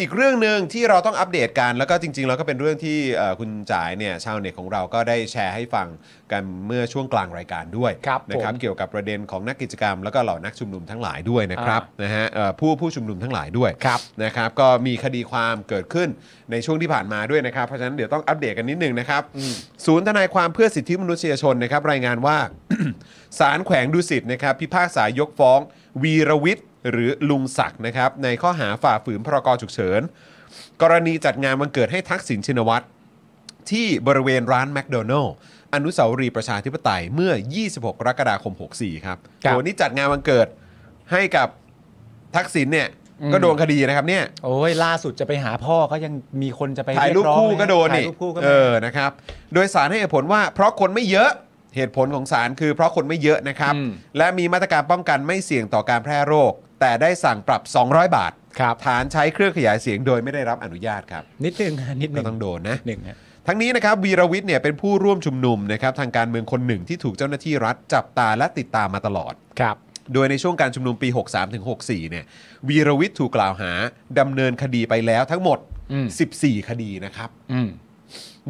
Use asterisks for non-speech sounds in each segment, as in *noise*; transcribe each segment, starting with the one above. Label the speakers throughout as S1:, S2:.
S1: อีกเรื่องหนึ่งที่เราต้องอัปเดตกัน แล้วก็จริงๆแล้วก็เป็นเรื่องที่เอ่อคุณจ๋ายเนี่ยชาวเน็ตของเราก็ได้แชร์ให้ฟังกันเมื่อช่วงกลางรายการด้วย
S2: ครับ
S1: นะครับ
S2: ผม
S1: เกี่ยวกับประเด็นของนักกิจกรรม แล้วก็เหล่านักชุมนุมทั้งหลายด้วยนะครับนะฮะเอ่อผู้ผู้ชุมนุมทั้งหลายด้วย
S2: ครับ
S1: นะครับ ก็มีคดีความเกิดขึ้นในช่วงที่ผ่านมาด้วยนะครับเพราะฉะนั้นเดี๋ยวต้องอัปเดตกันนิดนึงนะครับศูนย์ทนายความเพื่อสิทธิมนุษยชนนะครับรายงานว่า *coughs* ศาลแขวงดุสิตนะครับพิพากษายกฟ้อง วีรวิทย์หรือลุงศักดิ์นะครับในข้อหาฝ่าฝืนพรกฉุกเฉิน กรณีจัดงานวันเกิดให้ทักษิณชินวัตร ที่บริเวณร้านแมคโดนัลล์อนุสาวรีย์ประชาธิปไตยเมื่อ 26 กรกฎาคม 64 ครับ
S2: ครับ
S1: โหนี่จัดงานวันเกิดให้กับทักษิณเนี่ย
S2: อืม
S1: ก็โดนคดีนะครับเนี่ย
S2: โอ้ยล่าสุดจะไปหาพ่อก็ยังมีคนจะไป
S1: ถ่ายรูป
S2: เอง
S1: คู่
S2: เลย
S1: ก็โดน
S2: ถ่าย
S1: นี่
S2: รูปคู่ก็
S1: เอ
S2: มี
S1: อนะครับ โดยสารให้เหตุผลว่า เพราะคนไม่เยอะเหตุผลของศาลคือเพราะคนไม่เยอะนะครับ
S2: อืม
S1: และมีมาตรการป้องกันไม่เสี่ยงต่อการแพร่โรค แต่ได้สั่งปรับ 200 บาท
S2: ครับ
S1: ฐานใช้เครื่องขยายเสียงโดยไม่ได้รับอนุญาตครับ
S2: นิดนึงฮะนิดนึ
S1: ก็
S2: ง
S1: ต้องโดนนะ
S2: หนึ่งฮะ
S1: ทั้งนี้นะครับวีรวิทย์เนี่ยเป็นผู้ร่วมชุมนุมนะครับทางการเมืองคนหนึ่งที่ถูกเจ้าหน้าที่รัฐจับตาและติดตามมาตลอด
S2: ครับ
S1: โดยในช่วงการชุมนุมปี 63-64 เนี่ยวีรวิทย์ถูกกล่าวหาดำเนินคดีไปแล้วทั้งหมด
S2: อืม
S1: 14 คดีนะครับ
S2: อืม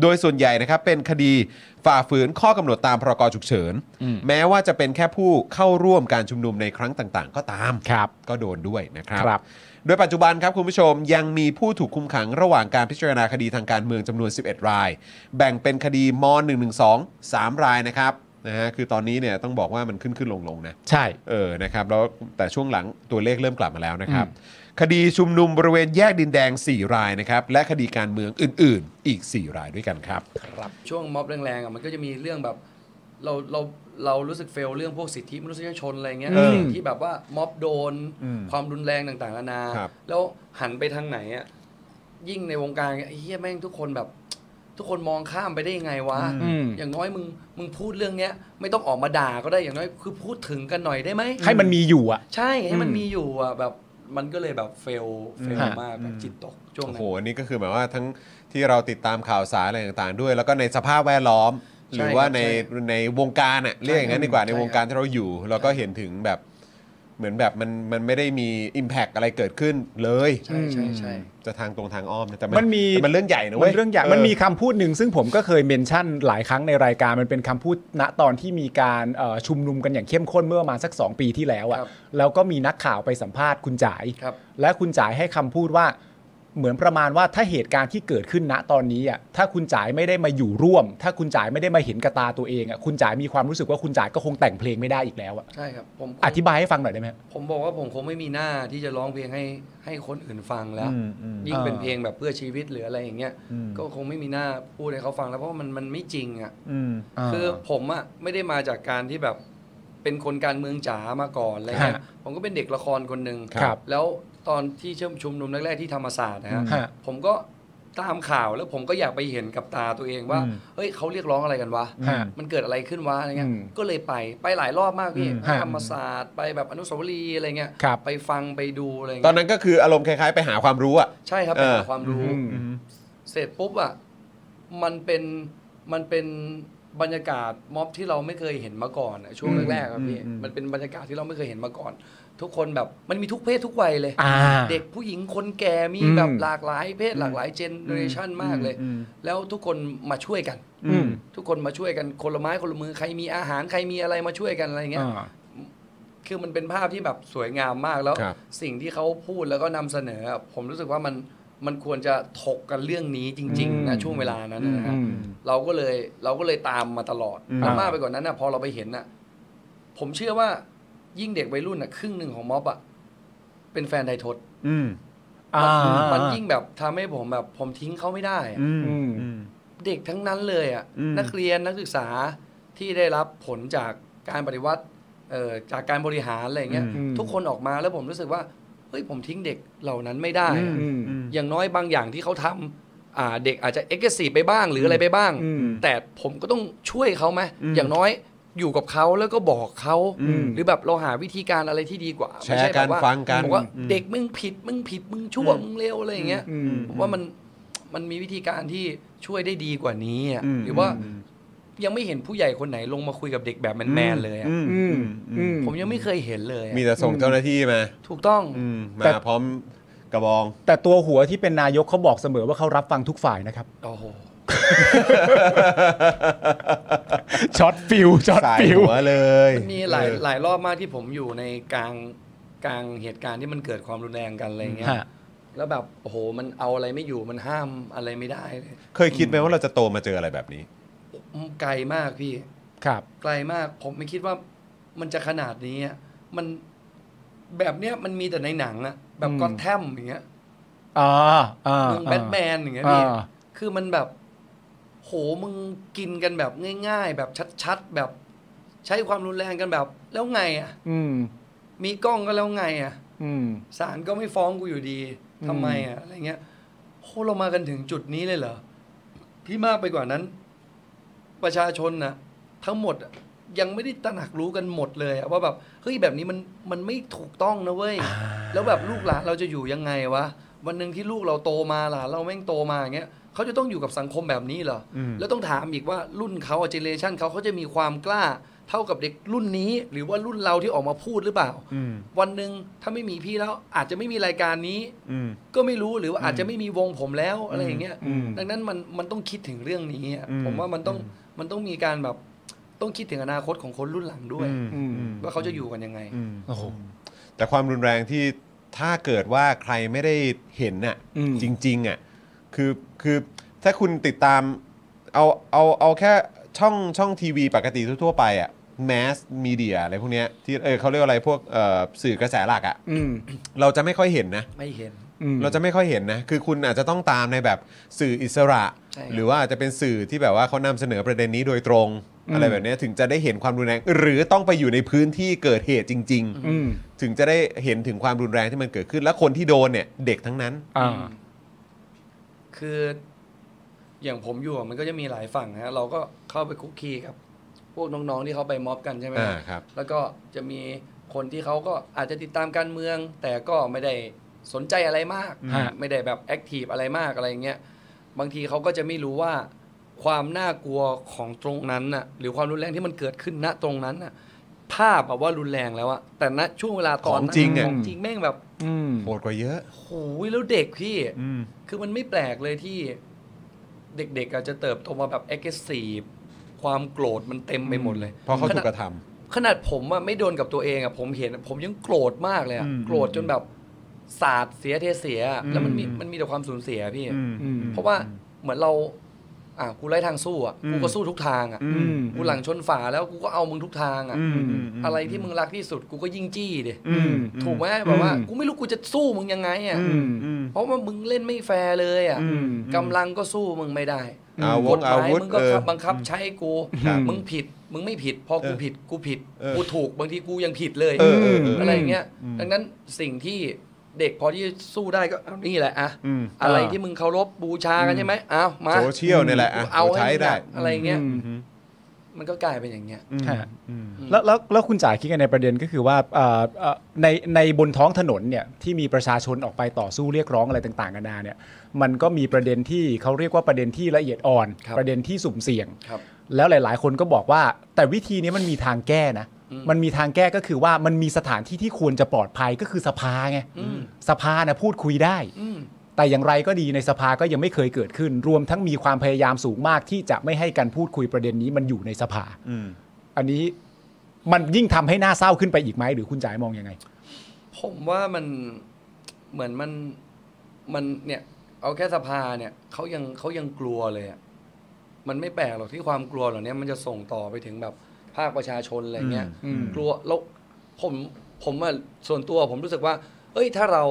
S1: โดยส่วนใหญ่นะครับเป็นคดีฝ่าฝืนข้อกำหนดตามพรกฉุกเฉิน
S2: อืม
S1: แม้ว่าจะเป็นแค่ผู้เข้าร่วมการชุมนุมในครั้งต่างๆ ก็ตาม
S2: ครับ
S1: ก็โดนด้วยนะครับ
S2: ครับ
S1: โดยปัจจุบันครับคุณผู้ชมยังมีผู้ถูกคุมขังระหว่างการพิจารณาคดีทางการเมืองจำนวน 11 ราย แบ่งเป็นคดีม .112 3 รายนะครับนะฮะคือตอนนี้เนี่ยต้องบอกว่ามันขึ้นขึ้นลงลงๆนะ
S2: ใช่
S1: เออ นะครับ แล้วแต่ช่วงหลังตัวเลขเริ่มกลับมาแล้วนะครับ คดีชุมนุมบริเวณแยกดินแดง 4 รายนะครับ และคดีการเมืองอื่น ๆ อีก 4 รายด้วยกันครับ
S3: ครับช่วงม็อบแรงๆอ่ะมันก็จะมีเรื่องแบบเราเราเรารู้สึกเฟลเรื่องพวกสิทธิมนุษยชนอะไรเงี้ย
S2: อืม
S3: สิ่งที่แบบว่าม็อบโดน
S1: อืม
S3: ความรุนแรงต่างๆนานา
S1: ครับ
S3: แล้วหันไปทางไหนอ่ะยิ่งในวงการไอ้เฮียแม่งทุกคนแบบ ทุกคนมองข้ามไปได้ยังไงวะ
S2: อืม
S3: อย่างน้อยมึงมึงพูดเรื่องเนี้ย ไม่ต้องออกมาด่าก็ได้อย่างน้อยคือพูดถึงกันหน่อยได้ไหม
S2: ให้มันมีอยู่อ่ะ
S3: ใช่ให้มัน
S2: อืม
S3: มีอยู่อ่ะแบบมันก็เลยแบบเฟลเฟล
S2: ฮะ
S3: มากแบ
S1: อื
S3: บ
S1: ม
S3: จิตตกช่วง
S1: โอ้
S3: นั้
S1: โห
S3: น
S1: อันนี้ก็คือหมายว่าทั้งที่เราติดตามข่าวสารอะไรต่างๆ ด้วย แล้วก็ในสภาพแวดล้อม ห
S3: ใช่
S1: รือว่า
S3: ครับ
S1: ใน
S3: ใช่
S1: ในวงการอะเรียกอย่างนั้นดีกว่า
S3: ใช่
S1: ใน
S3: ครับ
S1: วงการที่เราอยู่ เราก็เห็นถึงแบบเหมือนแบบมันมันไม่ได้มี Impact อะไรเกิดขึ้นเลย
S3: ใช่ใช่ใช่
S1: จะทางตรงทางอ้อมนะแต่
S2: มันมี
S1: แต่มันเรื่องใหญ่นะเว้
S2: มั
S1: ย
S2: นเรื่องใหญ่มันมีคำพูดหนึ่งซึ่งผมก็เคยเมนชั่นหลายครั้งในรายการมันเป็นคำพูดณตอนที่มีการเอ่อชุมนุมกันอย่างเข้มข้นเมื่อประมาณสัก 2 ปีที่แล้วอ่ะ
S3: ครับ
S2: แล้วก็มีนักข่าวไปสัมภาษณ์คุณจ๋าย
S3: ครับ
S2: และคุณจ๋ายให้คำพูดว่าเหมือนประมาณว่าถ้าเหตุการณ์ที่เกิดขึ้นณตอนนี้อ่ะถ้าคุณจ๋ายไม่ได้มาอยู่ร่วม ถ้าคุณจ๋ายไม่ได้มาเห็นกระตาตัวเองอ่ะคุณจ๋ายมีความรู้สึกว่าคุณจ๋ายก็คงแต่งเพลงไม่ได้อีกแล้วอะ
S3: ใช่ครับผม
S2: อธิบายให้ฟังหน่อยได้ไหม
S3: ผมบอกว่าผมคงไม่มีหน้าที่จะร้องเพลงให้ให้คนอื่นฟังแล้ว
S1: อืมอืม
S3: ยิ่ง
S2: อ่า
S3: เป็นเพลงแบบเพื่อชีวิตหรืออะไรอย่างเงี้ย
S1: อืม
S3: ก็คงไม่มีหน้าพูดให้เขาฟังแล้วเพราะว่ามันมันไม่จริงอ่ะ
S1: อืม
S3: คือผมอ่ะไม่ได้มาจากการที่แบบเป็นคนการเมืองจ๋ามาก่อนอะไรเงี้ย
S2: ฮะ
S3: ผมก็เป็นเด็กละครคนหนึ่ง
S2: ครับ
S3: แล้วตอนที่เชื่อมชุมนุมแรกๆที่ธรรมศาสตร์นะฮะ
S2: ฮะ
S3: ผมก็ตามข่าวแล้วผมก็อยากไปเห็นกับตาตัวเองว่า
S1: อืม
S3: เฮ้ยเขาเรียกร้องอะไรกันวะ
S2: ฮะ
S3: มันเกิดอะไรขึ้นวะอะไรเงี้ย
S2: อืม
S3: ก็เลยไป ไปหลายรอบมากพี่
S1: อืม
S3: ไปธรรมศาสตร์ ไปแบบอนุสาวรีย์อะไรเงี้ย
S2: ครับ
S3: ไปฟังไปดูอะไร
S1: ตอ
S3: เงี้
S1: น
S3: ย
S1: นั้นก็คืออารมณ์คล้ายๆ ไปหาความรู้อะ
S3: ใช่ครับ
S1: เอ
S3: ไป
S1: อ
S3: หาความรู้
S2: อืม
S3: เสร็จปุ๊บอ่ะ มันเป็น มันเป็นบรรยากาศม็อบที่เราไม่เคยเห็นมาก่อนอะช่วง
S2: อืม
S3: แรกๆครับพี่
S1: อืมอืม
S3: มันเป็นบรรยากาศที่เราไม่เคยเห็นมาก่อน ทุกคนแบบ มันมีทุกเพศทุกวัยเลย
S2: อ่า
S3: เด็กผู้หญิงคนแก่ มี
S2: อืม
S3: แบบหลากหลายเพศหลากหลายเจเนอเรชันมากเลย
S1: อืม
S3: แล้วทุกคนมาช่วยกัน
S2: อืม
S3: ทุกคนมาช่วยกันคนละไม้คนละมือใครมีอาหารใครมีอะไรมาช่วยกันอะไรเงี้ย
S2: อ่า
S3: คือมันเป็นภาพที่แบบสวยงามมากแล้ว
S1: ครับ
S3: สิ่งที่เขาพูดแล้วก็นำเสนออะผมรู้สึกว่ามันมันควรจะถกกันเรื่องนี้จริง
S2: อืม
S3: ๆนะช่วงเวลานั้นนะฮะ
S2: อืม
S3: เราก็เลยเราก็เลยตามมาตลอด
S1: อืม
S3: แล้วมากไปกว่านั้นนะพอเราไปเห็นน่ะ ผมเชื่อว่ายิ่งเด็กวัยรุ่นน่ะครึ่งหนึ่งของม็อบอ่ะเป็นแฟนไดทศ
S1: อืม
S3: มัน
S2: อ่ามั
S3: มันยิ่งแบบทำให้ผมแบบผมทิ้งเขาไม่ได้อะ
S1: อืม
S2: อืม
S1: อืม
S3: เด็กทั้งนั้นเลยอ่ะ
S1: อืม
S3: นักเรียนนักศึกษาที่ได้รับผลจากการปฏิวัติเอ่อจากการบริหารอะไรเงี้ย
S1: อื
S2: ม
S3: ทุกคนออกมาแล้วผมรู้สึกว่าเฮ้ยผมทิ้งเด็กเหล่านั้นไม่ได้
S1: อื
S3: อะ
S1: ม
S2: อืม
S3: อย่างน้อยบางอย่างที่เขาทำอ่าเด็กอาจจะเอ็กซ์ซีไปบ้างหรืออะไรไปบ้าง
S2: อืม
S3: แต่ผมก็ต้องช่วยเขาไหม
S1: อืม
S3: อย่างน้อยอยู่กับเขาแล้วก็บอกเขา
S1: อืม
S3: หรือแบบเราหาวิธีการอะไรที่ดีกว่า
S1: แช
S3: ไม่
S1: ร์
S3: ใช่แบบว่า
S1: กันฟังกัน
S3: บอกว่า
S1: อืม
S3: เด็กมึงผิดมึงผิดมึงชั่วมึงเลวอะไรอย่างเงี้ย
S2: อืม
S3: ผมว่ามันมันมีวิธีการที่ช่วยได้ดีกว่านี้อะ
S1: อืม
S3: หรือว่ายังไม่เห็นผู้ใหญ่คนไหนลงมาคุยกับเด็กแบบแมนๆเลยอะ
S1: อืม
S2: อืมอืม
S3: ผมยังไม่เคยเห็นเลยอะ
S1: มีแต่ส่งเจ้าหน้าที่มา
S3: ถูกต้อง
S1: อืม
S2: แต่
S1: มาพร้อม กระบอง
S2: แต่ตัวหัวที่เป็นนายกเขาบอกเสมอว่าเขารับฟังทุกฝ่ายนะครับ
S3: โอ้โห
S2: ช็อตฟิวช็อต
S1: สาย
S2: ฟิว
S1: หัวเลย
S3: มันมีหลาย
S1: เออ
S3: หลายรอบมากที่ผมอยู่ในกลางกลางเหตุการณ์ที่มันเกิดความรุนแรงกันอะไรเงี้ย
S2: ฮะ
S3: แล้วแบบโอ้โหมันเอาอะไรไม่อยู่มันห้ามอะไรไม่ได้เลย
S1: เคยคิดไหมว่าเราจะโตมาเจออะไรแบบนี้
S3: ไกลมากพี่
S2: ครับ
S3: ไกลมากผมไม่คิดว่ามันจะขนาดนี้อะมันแบบเนี้ยมันมีแต่ในหนังอะแบบ
S2: อืม
S3: ก็แทมอย่างเงี้ย
S2: อ่าอ่า
S3: เมืองแบทแมนอย่างเงี้ย
S2: อ่า
S3: พี่คือมันแบบ โหมึงกินกันแบบง่าย ๆ แบบชัดๆ แบบใช้ความรุนแรงกันแบบ แล้วไงอะ
S2: อืม
S3: มีกล้องก็แล้วไงอะ
S2: อืม
S3: ศาลก็ไม่ฟ้องกูอยู่ดีทำไมอะอะไรเงี้ยโหเรามากันถึงจุดนี้เลยเหรอที่มากไปกว่านั้น ประชาชนนะทั้งหมดอะยังไม่ได้ตระหนักรู้กันหมดเลยอะว่าแบบเฮ้ยแบบนี้มันมันไม่ถูกต้องนะเว้ย แล้วแบบลูกหลานเราจะอยู่ยังไงวะวันหนึ่งที่ลูกเราโตมาหลานเราแม่งโตมาอย่างเงี้ยเขาจะต้องอยู่กับสังคมแบบนี้เหรออแล้วต้องถามอีกว่ารุ่นเขาเจเนเรชันเขาเขาจะมีความกล้า เท่ากับเด็กรุ่นนี้ หรือว่ารุ่นเราที่ออกมาพูดหรือเปล่า
S1: อืม
S3: วันหนึ่งถ้าไม่มีพี่แล้วอาจจะไม่มีรายการนี้
S1: อืม
S3: ก็ไม่รู้หรือว่าอาจจะไม่มีวงผมแล้วอะไรอย่างเงี้ย
S2: อืม
S3: ดังนั้นมันมันต้องคิดถึงเรื่องนี้อะ
S1: อืม
S3: ผมว่ามันต้องมันต้องมีการแบบต้องคิดถึงอนาคตของคนรุ่นหลังด้วย
S1: อืมอืม
S3: ว่าเขาจะอยู่กันยังไง
S1: อืม
S2: โอ้โห
S1: แต่ความรุนแรงที่ถ้าเกิดว่าใครไม่ได้เห็นน่ะ
S2: อืม
S1: จริงๆอ่ะคือคือถ้าคุณติดตามเอาเอาเอาแค่ช่องช่องทีวีปกติทั่วๆไปอ่ะแมสมีเดียอะไรพวกเนี้ยที่เออเขาเรียกว่าอะไรพวกเอ่อสื่อกระแสหลักอ่ะ
S2: อืม
S1: เราจะไม่ค่อยเห็นนะ
S3: ไม่เห็น
S2: อืม
S1: เราจะไม่ค่อยเห็นนะ คือคุณอาจจะต้องตามในแบบสื่ออิสระ
S3: ใช่ครับ
S1: หรือว่าอาจจะเป็นสื่อที่แบบว่าเขานำเสนอประเด็นนี้โดยตรง
S2: อืม
S1: อะไรแบบเนี้ยถึงจะได้เห็นความรุนแรง หรือต้องไปอยู่ในพื้นที่เกิดเหตุจริง ๆ
S2: อืม
S1: ถึงจะได้เห็นถึงความรุนแรงที่มันเกิดขึ้น และคนที่โดนเนี่ย เด็กทั้งนั้น
S2: อ่า
S3: คืออย่างผมอยู่อะมันก็จะมีหลายฝั่งนะเราก็เข้าไปคุกคีกับ พวกน้องๆที่เขาไปม็อบกันใช่ไหม
S1: อ่าครับ
S3: แล้วก็จะมีคนที่เขาก็อาจจะติดตามการเมือง แต่ก็ไม่ได้สนใจอะไรมาก
S2: ฮะ
S3: ไม่ได้แบบแอคทีฟอะไรมากอะไรอย่างเงี้ยบางทีเขาก็จะไม่รู้ว่าความน่ากลัวของตรงนั้นน่ะหรือความรุนแรงที่มันเกิดขึ้นณตรงนั้นน่ะภาพแบบว่ารุนแรงแล้วอะแต่ณช่วงเวลาตอนนั้
S1: ข
S3: น
S1: องจริงอะ
S3: ของจริงแม่งแบบ
S2: อืม
S1: โหดกว่าเยอะ
S3: โหยแล้วเด็กพี่
S1: อืม
S3: คือมันไม่แปลกเลยที่เด็กๆอาจจะเติบโตมาแบบ aggressive ความโกรธมันเต็มไปหมดเลย
S1: เพราะเขาถูกก
S3: ขนด
S1: ระท
S3: ขนาดผมอะไม่โดนกับตัวเองอะผมเห็น ผมยังโกรธมากเลยอะ
S1: อืม
S3: โกรธจนแบบสาดเสียเทเสียอะแล้วมันมีมันมีแต่ความสูญเสียพี่
S1: ำอืม
S2: อืม
S3: เพราะว่าเหมือนเรา อ่ะกูไล่ทางสู้อะ
S1: อืม
S3: กูก็สู้ทุกทางอะ
S1: อื
S2: อื
S1: ม
S2: ม
S3: กูหลังชนฝาแล้วกูก็เอามึงทุกทางอะ
S1: อืมม
S3: อะไรที่มึงรักที่สุดกูก็ยิ่งจี้ดิ
S1: อืม
S3: ถูกไหมแบบว่า
S2: อืม
S3: กูไม่รู้กูจะสู้มึงยังไงอะ
S1: อืมอืม
S3: เพราะว่ามึงเล่นไม่แฟร์เลยอะ
S2: อืม
S3: กำลังก็สู้มึงไม่ได้
S1: อาวุธ
S3: กฎ
S1: อาม
S3: หาย
S1: วุธ
S3: มึงก็
S1: เออ
S3: บังคับใช้กู
S1: ครับ
S3: มึงผิด มึงไม่ผิด พอกู
S1: เออ
S3: ผิด กูผิด
S1: เออ
S3: กูถูก บางทีกูยังผิดเลย
S1: เออเออเออ
S3: อะ
S1: อะไร ไร
S3: เงี้ย ดังนั้นสิ่งที่เด็กพอที่สู้ได้ก็เอานี่แหละอะ
S1: อืม
S3: อะไรที่มึงเคารพบูชากันใช่ไหมเอามา
S1: โซเชียลเนี่ยแหละอ่ะ
S3: เอา
S1: ใช้
S3: ให้ห
S1: ได้
S3: นักอะไรเงี้ย
S2: อืม
S3: มันก็กลายเป็นอย่างเงี้ย
S1: อืม
S2: ฮะ
S1: อืม
S2: แล้วแล้วแล้วคุณจ๋าคิดกันในประเด็นก็คือว่าเอ่อเอ่อในในบนท้องถนนเนี่ยที่มีประชาชนออกไปต่อสู้เรียกร้องอะไรต่างๆกันานาเนี่ยมันก็มีประเด็นที่เขาเรียกว่าประเด็นที่ละเอียดอ่อน
S3: ครับ
S2: ประเด็นที่สุ่มเสี่ยง
S3: ครับ
S2: แล้วหลายๆ คนก็บอกว่า แต่วิธีนี้มันมีทางแก้นะ
S3: อืม
S2: มันมีทางแก้ก็คือว่ามันมีสถานที่ที่ควรจะปลอดภัยก็คือสภาไง
S3: อืม
S2: สภานะพูดคุยได้
S3: อืม
S2: แต่อย่างไรก็ดีในสภาก็ยังไม่เคยเกิดขึ้น รวมทั้งมีความพยายามสูงมากที่จะไม่ให้การพูดคุยประเด็นนี้มันอยู่ในสภา
S1: อืม
S2: อันนี้มันยิ่งทำให้หน้าเศร้าขึ้นไปอีกไหมหรือคุณจ๋ายมองยังไง
S3: ผมว่ามันเหมือนมันมันเนี่ย เอาแค่สภาเนี่ยเขายังเขายังกลัวเลยอะมันไม่แปลกหรอกที่ความกลัวเหล่านี้มันจะส่งต่อไปถึงแบบภาคประชาชนอะไรเงี้ย
S2: อืม
S3: กลัวแล้วผมผมอะส่วนตัวผมรู้สึกว่า เอ้ยถ้าเรา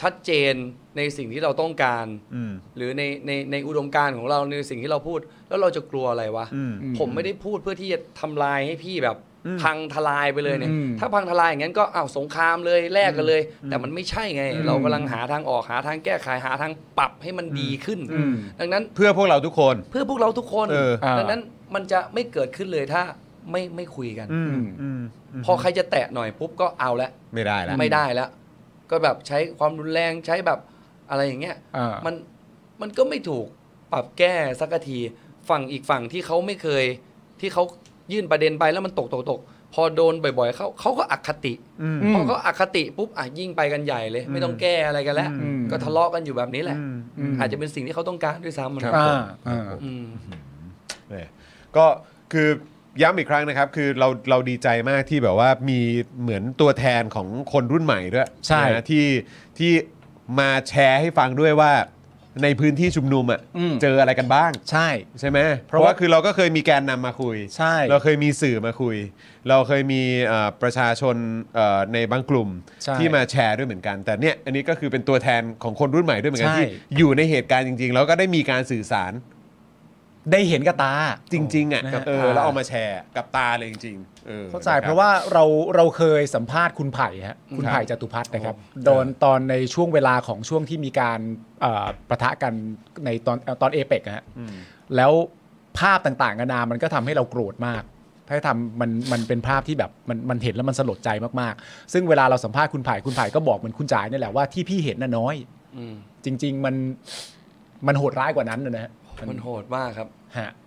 S3: ชัดเจนในสิ่งที่เราต้องการ
S1: อืม
S3: หรือในในในอุดมการณ์ของเราในสิ่งที่เราพูด แล้วเราจะกลัวอะไรวะ
S1: อืม
S2: อืม
S3: ผมไม่ได้พูดเพื่อที่จะทำลายให้พี่แบบ
S1: อืม
S3: พังทลายไปเลยเนี่ย
S2: อืม
S3: ถ้าพังทลายอย่างนั้นก็อ้าวสงครามเลยแลกกันเลย แต่มันไม่ใช่ไง
S2: อืม
S3: เรากำลังหาทางออกหาทางแก้ไขหาทางปรับให้มันดีขึ้น
S2: อืม
S3: ดังนั้น
S1: เพื่อพวกเราทุกคน
S3: เพื่อพวกเราทุกคน
S1: เออ
S2: อ่า
S3: ดังนั้นมันจะไม่เกิดขึ้นเลยถ้าไม่ไม่คุยกัน
S1: อืมอืม
S3: พอใครจะแตะหน่อยปุ๊บก็เอาละ
S1: ไม่ได้ละ
S3: ไม่ได้แล้วก็แบบใช้ความรุนแรงใช้แบบอะไรอย่างเงี้ย
S2: อ่า
S3: มันมันก็ไม่ถูกปรับแก้สักทีฝั่งอีกฝั่งที่เขาไม่เคย ที่เขายื่นประเด็นไปแล้วมันตกตกตกพ พอโดนบ่อยๆเขาเขาก็อคติ
S1: อืม
S2: อืม
S3: พอเขาอคติปุ๊บอ่ะยิ่งไปกันใหญ่เลย ไม่ต้องแก้อะไรกันแล้ว
S1: อืม
S3: ก็ทะเลาะกันอยู่แบบนี้แหละ
S1: อืม
S2: ม
S3: อาจจะเป็นสิ่งที่เขาต้องการด้วยซ้ำมัน
S1: ครับผม
S2: อ่าอ่า
S3: อืม
S1: เนี่ยก็คือย้ำอีกครั้งนะครับ คือเราเราดีใจมากที่แบบว่ามีเหมือนตัวแทนของคนรุ่นใหม่ด้วย
S2: ใช่
S1: นะที่ที่มาแชร์ให้ฟังด้วยว่าในพื้นที่ชุมนุมอ่ะเจออะไรกันบ้าง
S2: ใช่
S1: ใช่ไหมเพ
S2: เพ
S1: ราะ
S2: ราะ
S1: ว่า
S2: ว่า
S1: คือเราก็เคยมีแกนนำมาคุย
S2: ใช่
S1: เราเคยมีสื่อมาคุย เราเคยมีเอ่อประชาชนเอ่อในบางกลุ่ม
S2: ใช่
S1: ที่มาแชร์ด้วยเหมือนกัน แต่เนี่ยอันนี้ก็คือเป็นตัวแทนของคนรุ่นใหม่ด้วยเหมือนกัน
S2: ใช่
S1: ที่อยู่ในเหตุการณ์จริง ๆ แล้วก็ได้มีการสื่อสาร
S2: ได้เห็นกับตา
S1: จริง ๆอ่ะ
S2: นะฮะ
S1: กับเออแล้วเอามาแชร์กับตาเลยจริงๆออ
S2: เข้าใจ
S1: นคบ
S2: เพราะว่าเราเราเคยสัมภาษณ์คุณไผ่ฮะคุณ
S1: ครับ
S2: ไผ่จตุพัฒน์นะครับโดนตอนในช่วงเวลาของช่วงที่มีการเอ่อปะทะกันในตอนเอ่อตอนเอเปกฮะ
S1: อืม
S2: แล้วภาพต่างๆนานามันก็ทำให้เราโกรธมาก ถ้าทำมันมันเป็นภาพที่แบบมันมันเห็นแล้วมันสลดใจมากๆ ซึ่งเวลาเราสัมภาษณ์คุณไผ่คุณไผ่ก็บอกเหมือนคุณจ๋าเนี่ยแหละว่าที่พี่เห็นน่ะน้อย
S3: อืม
S2: จริง ๆ มันมันโหดร้ายกว่านั้นนะฮะ
S3: มันโหดมากครับ
S2: ฮะ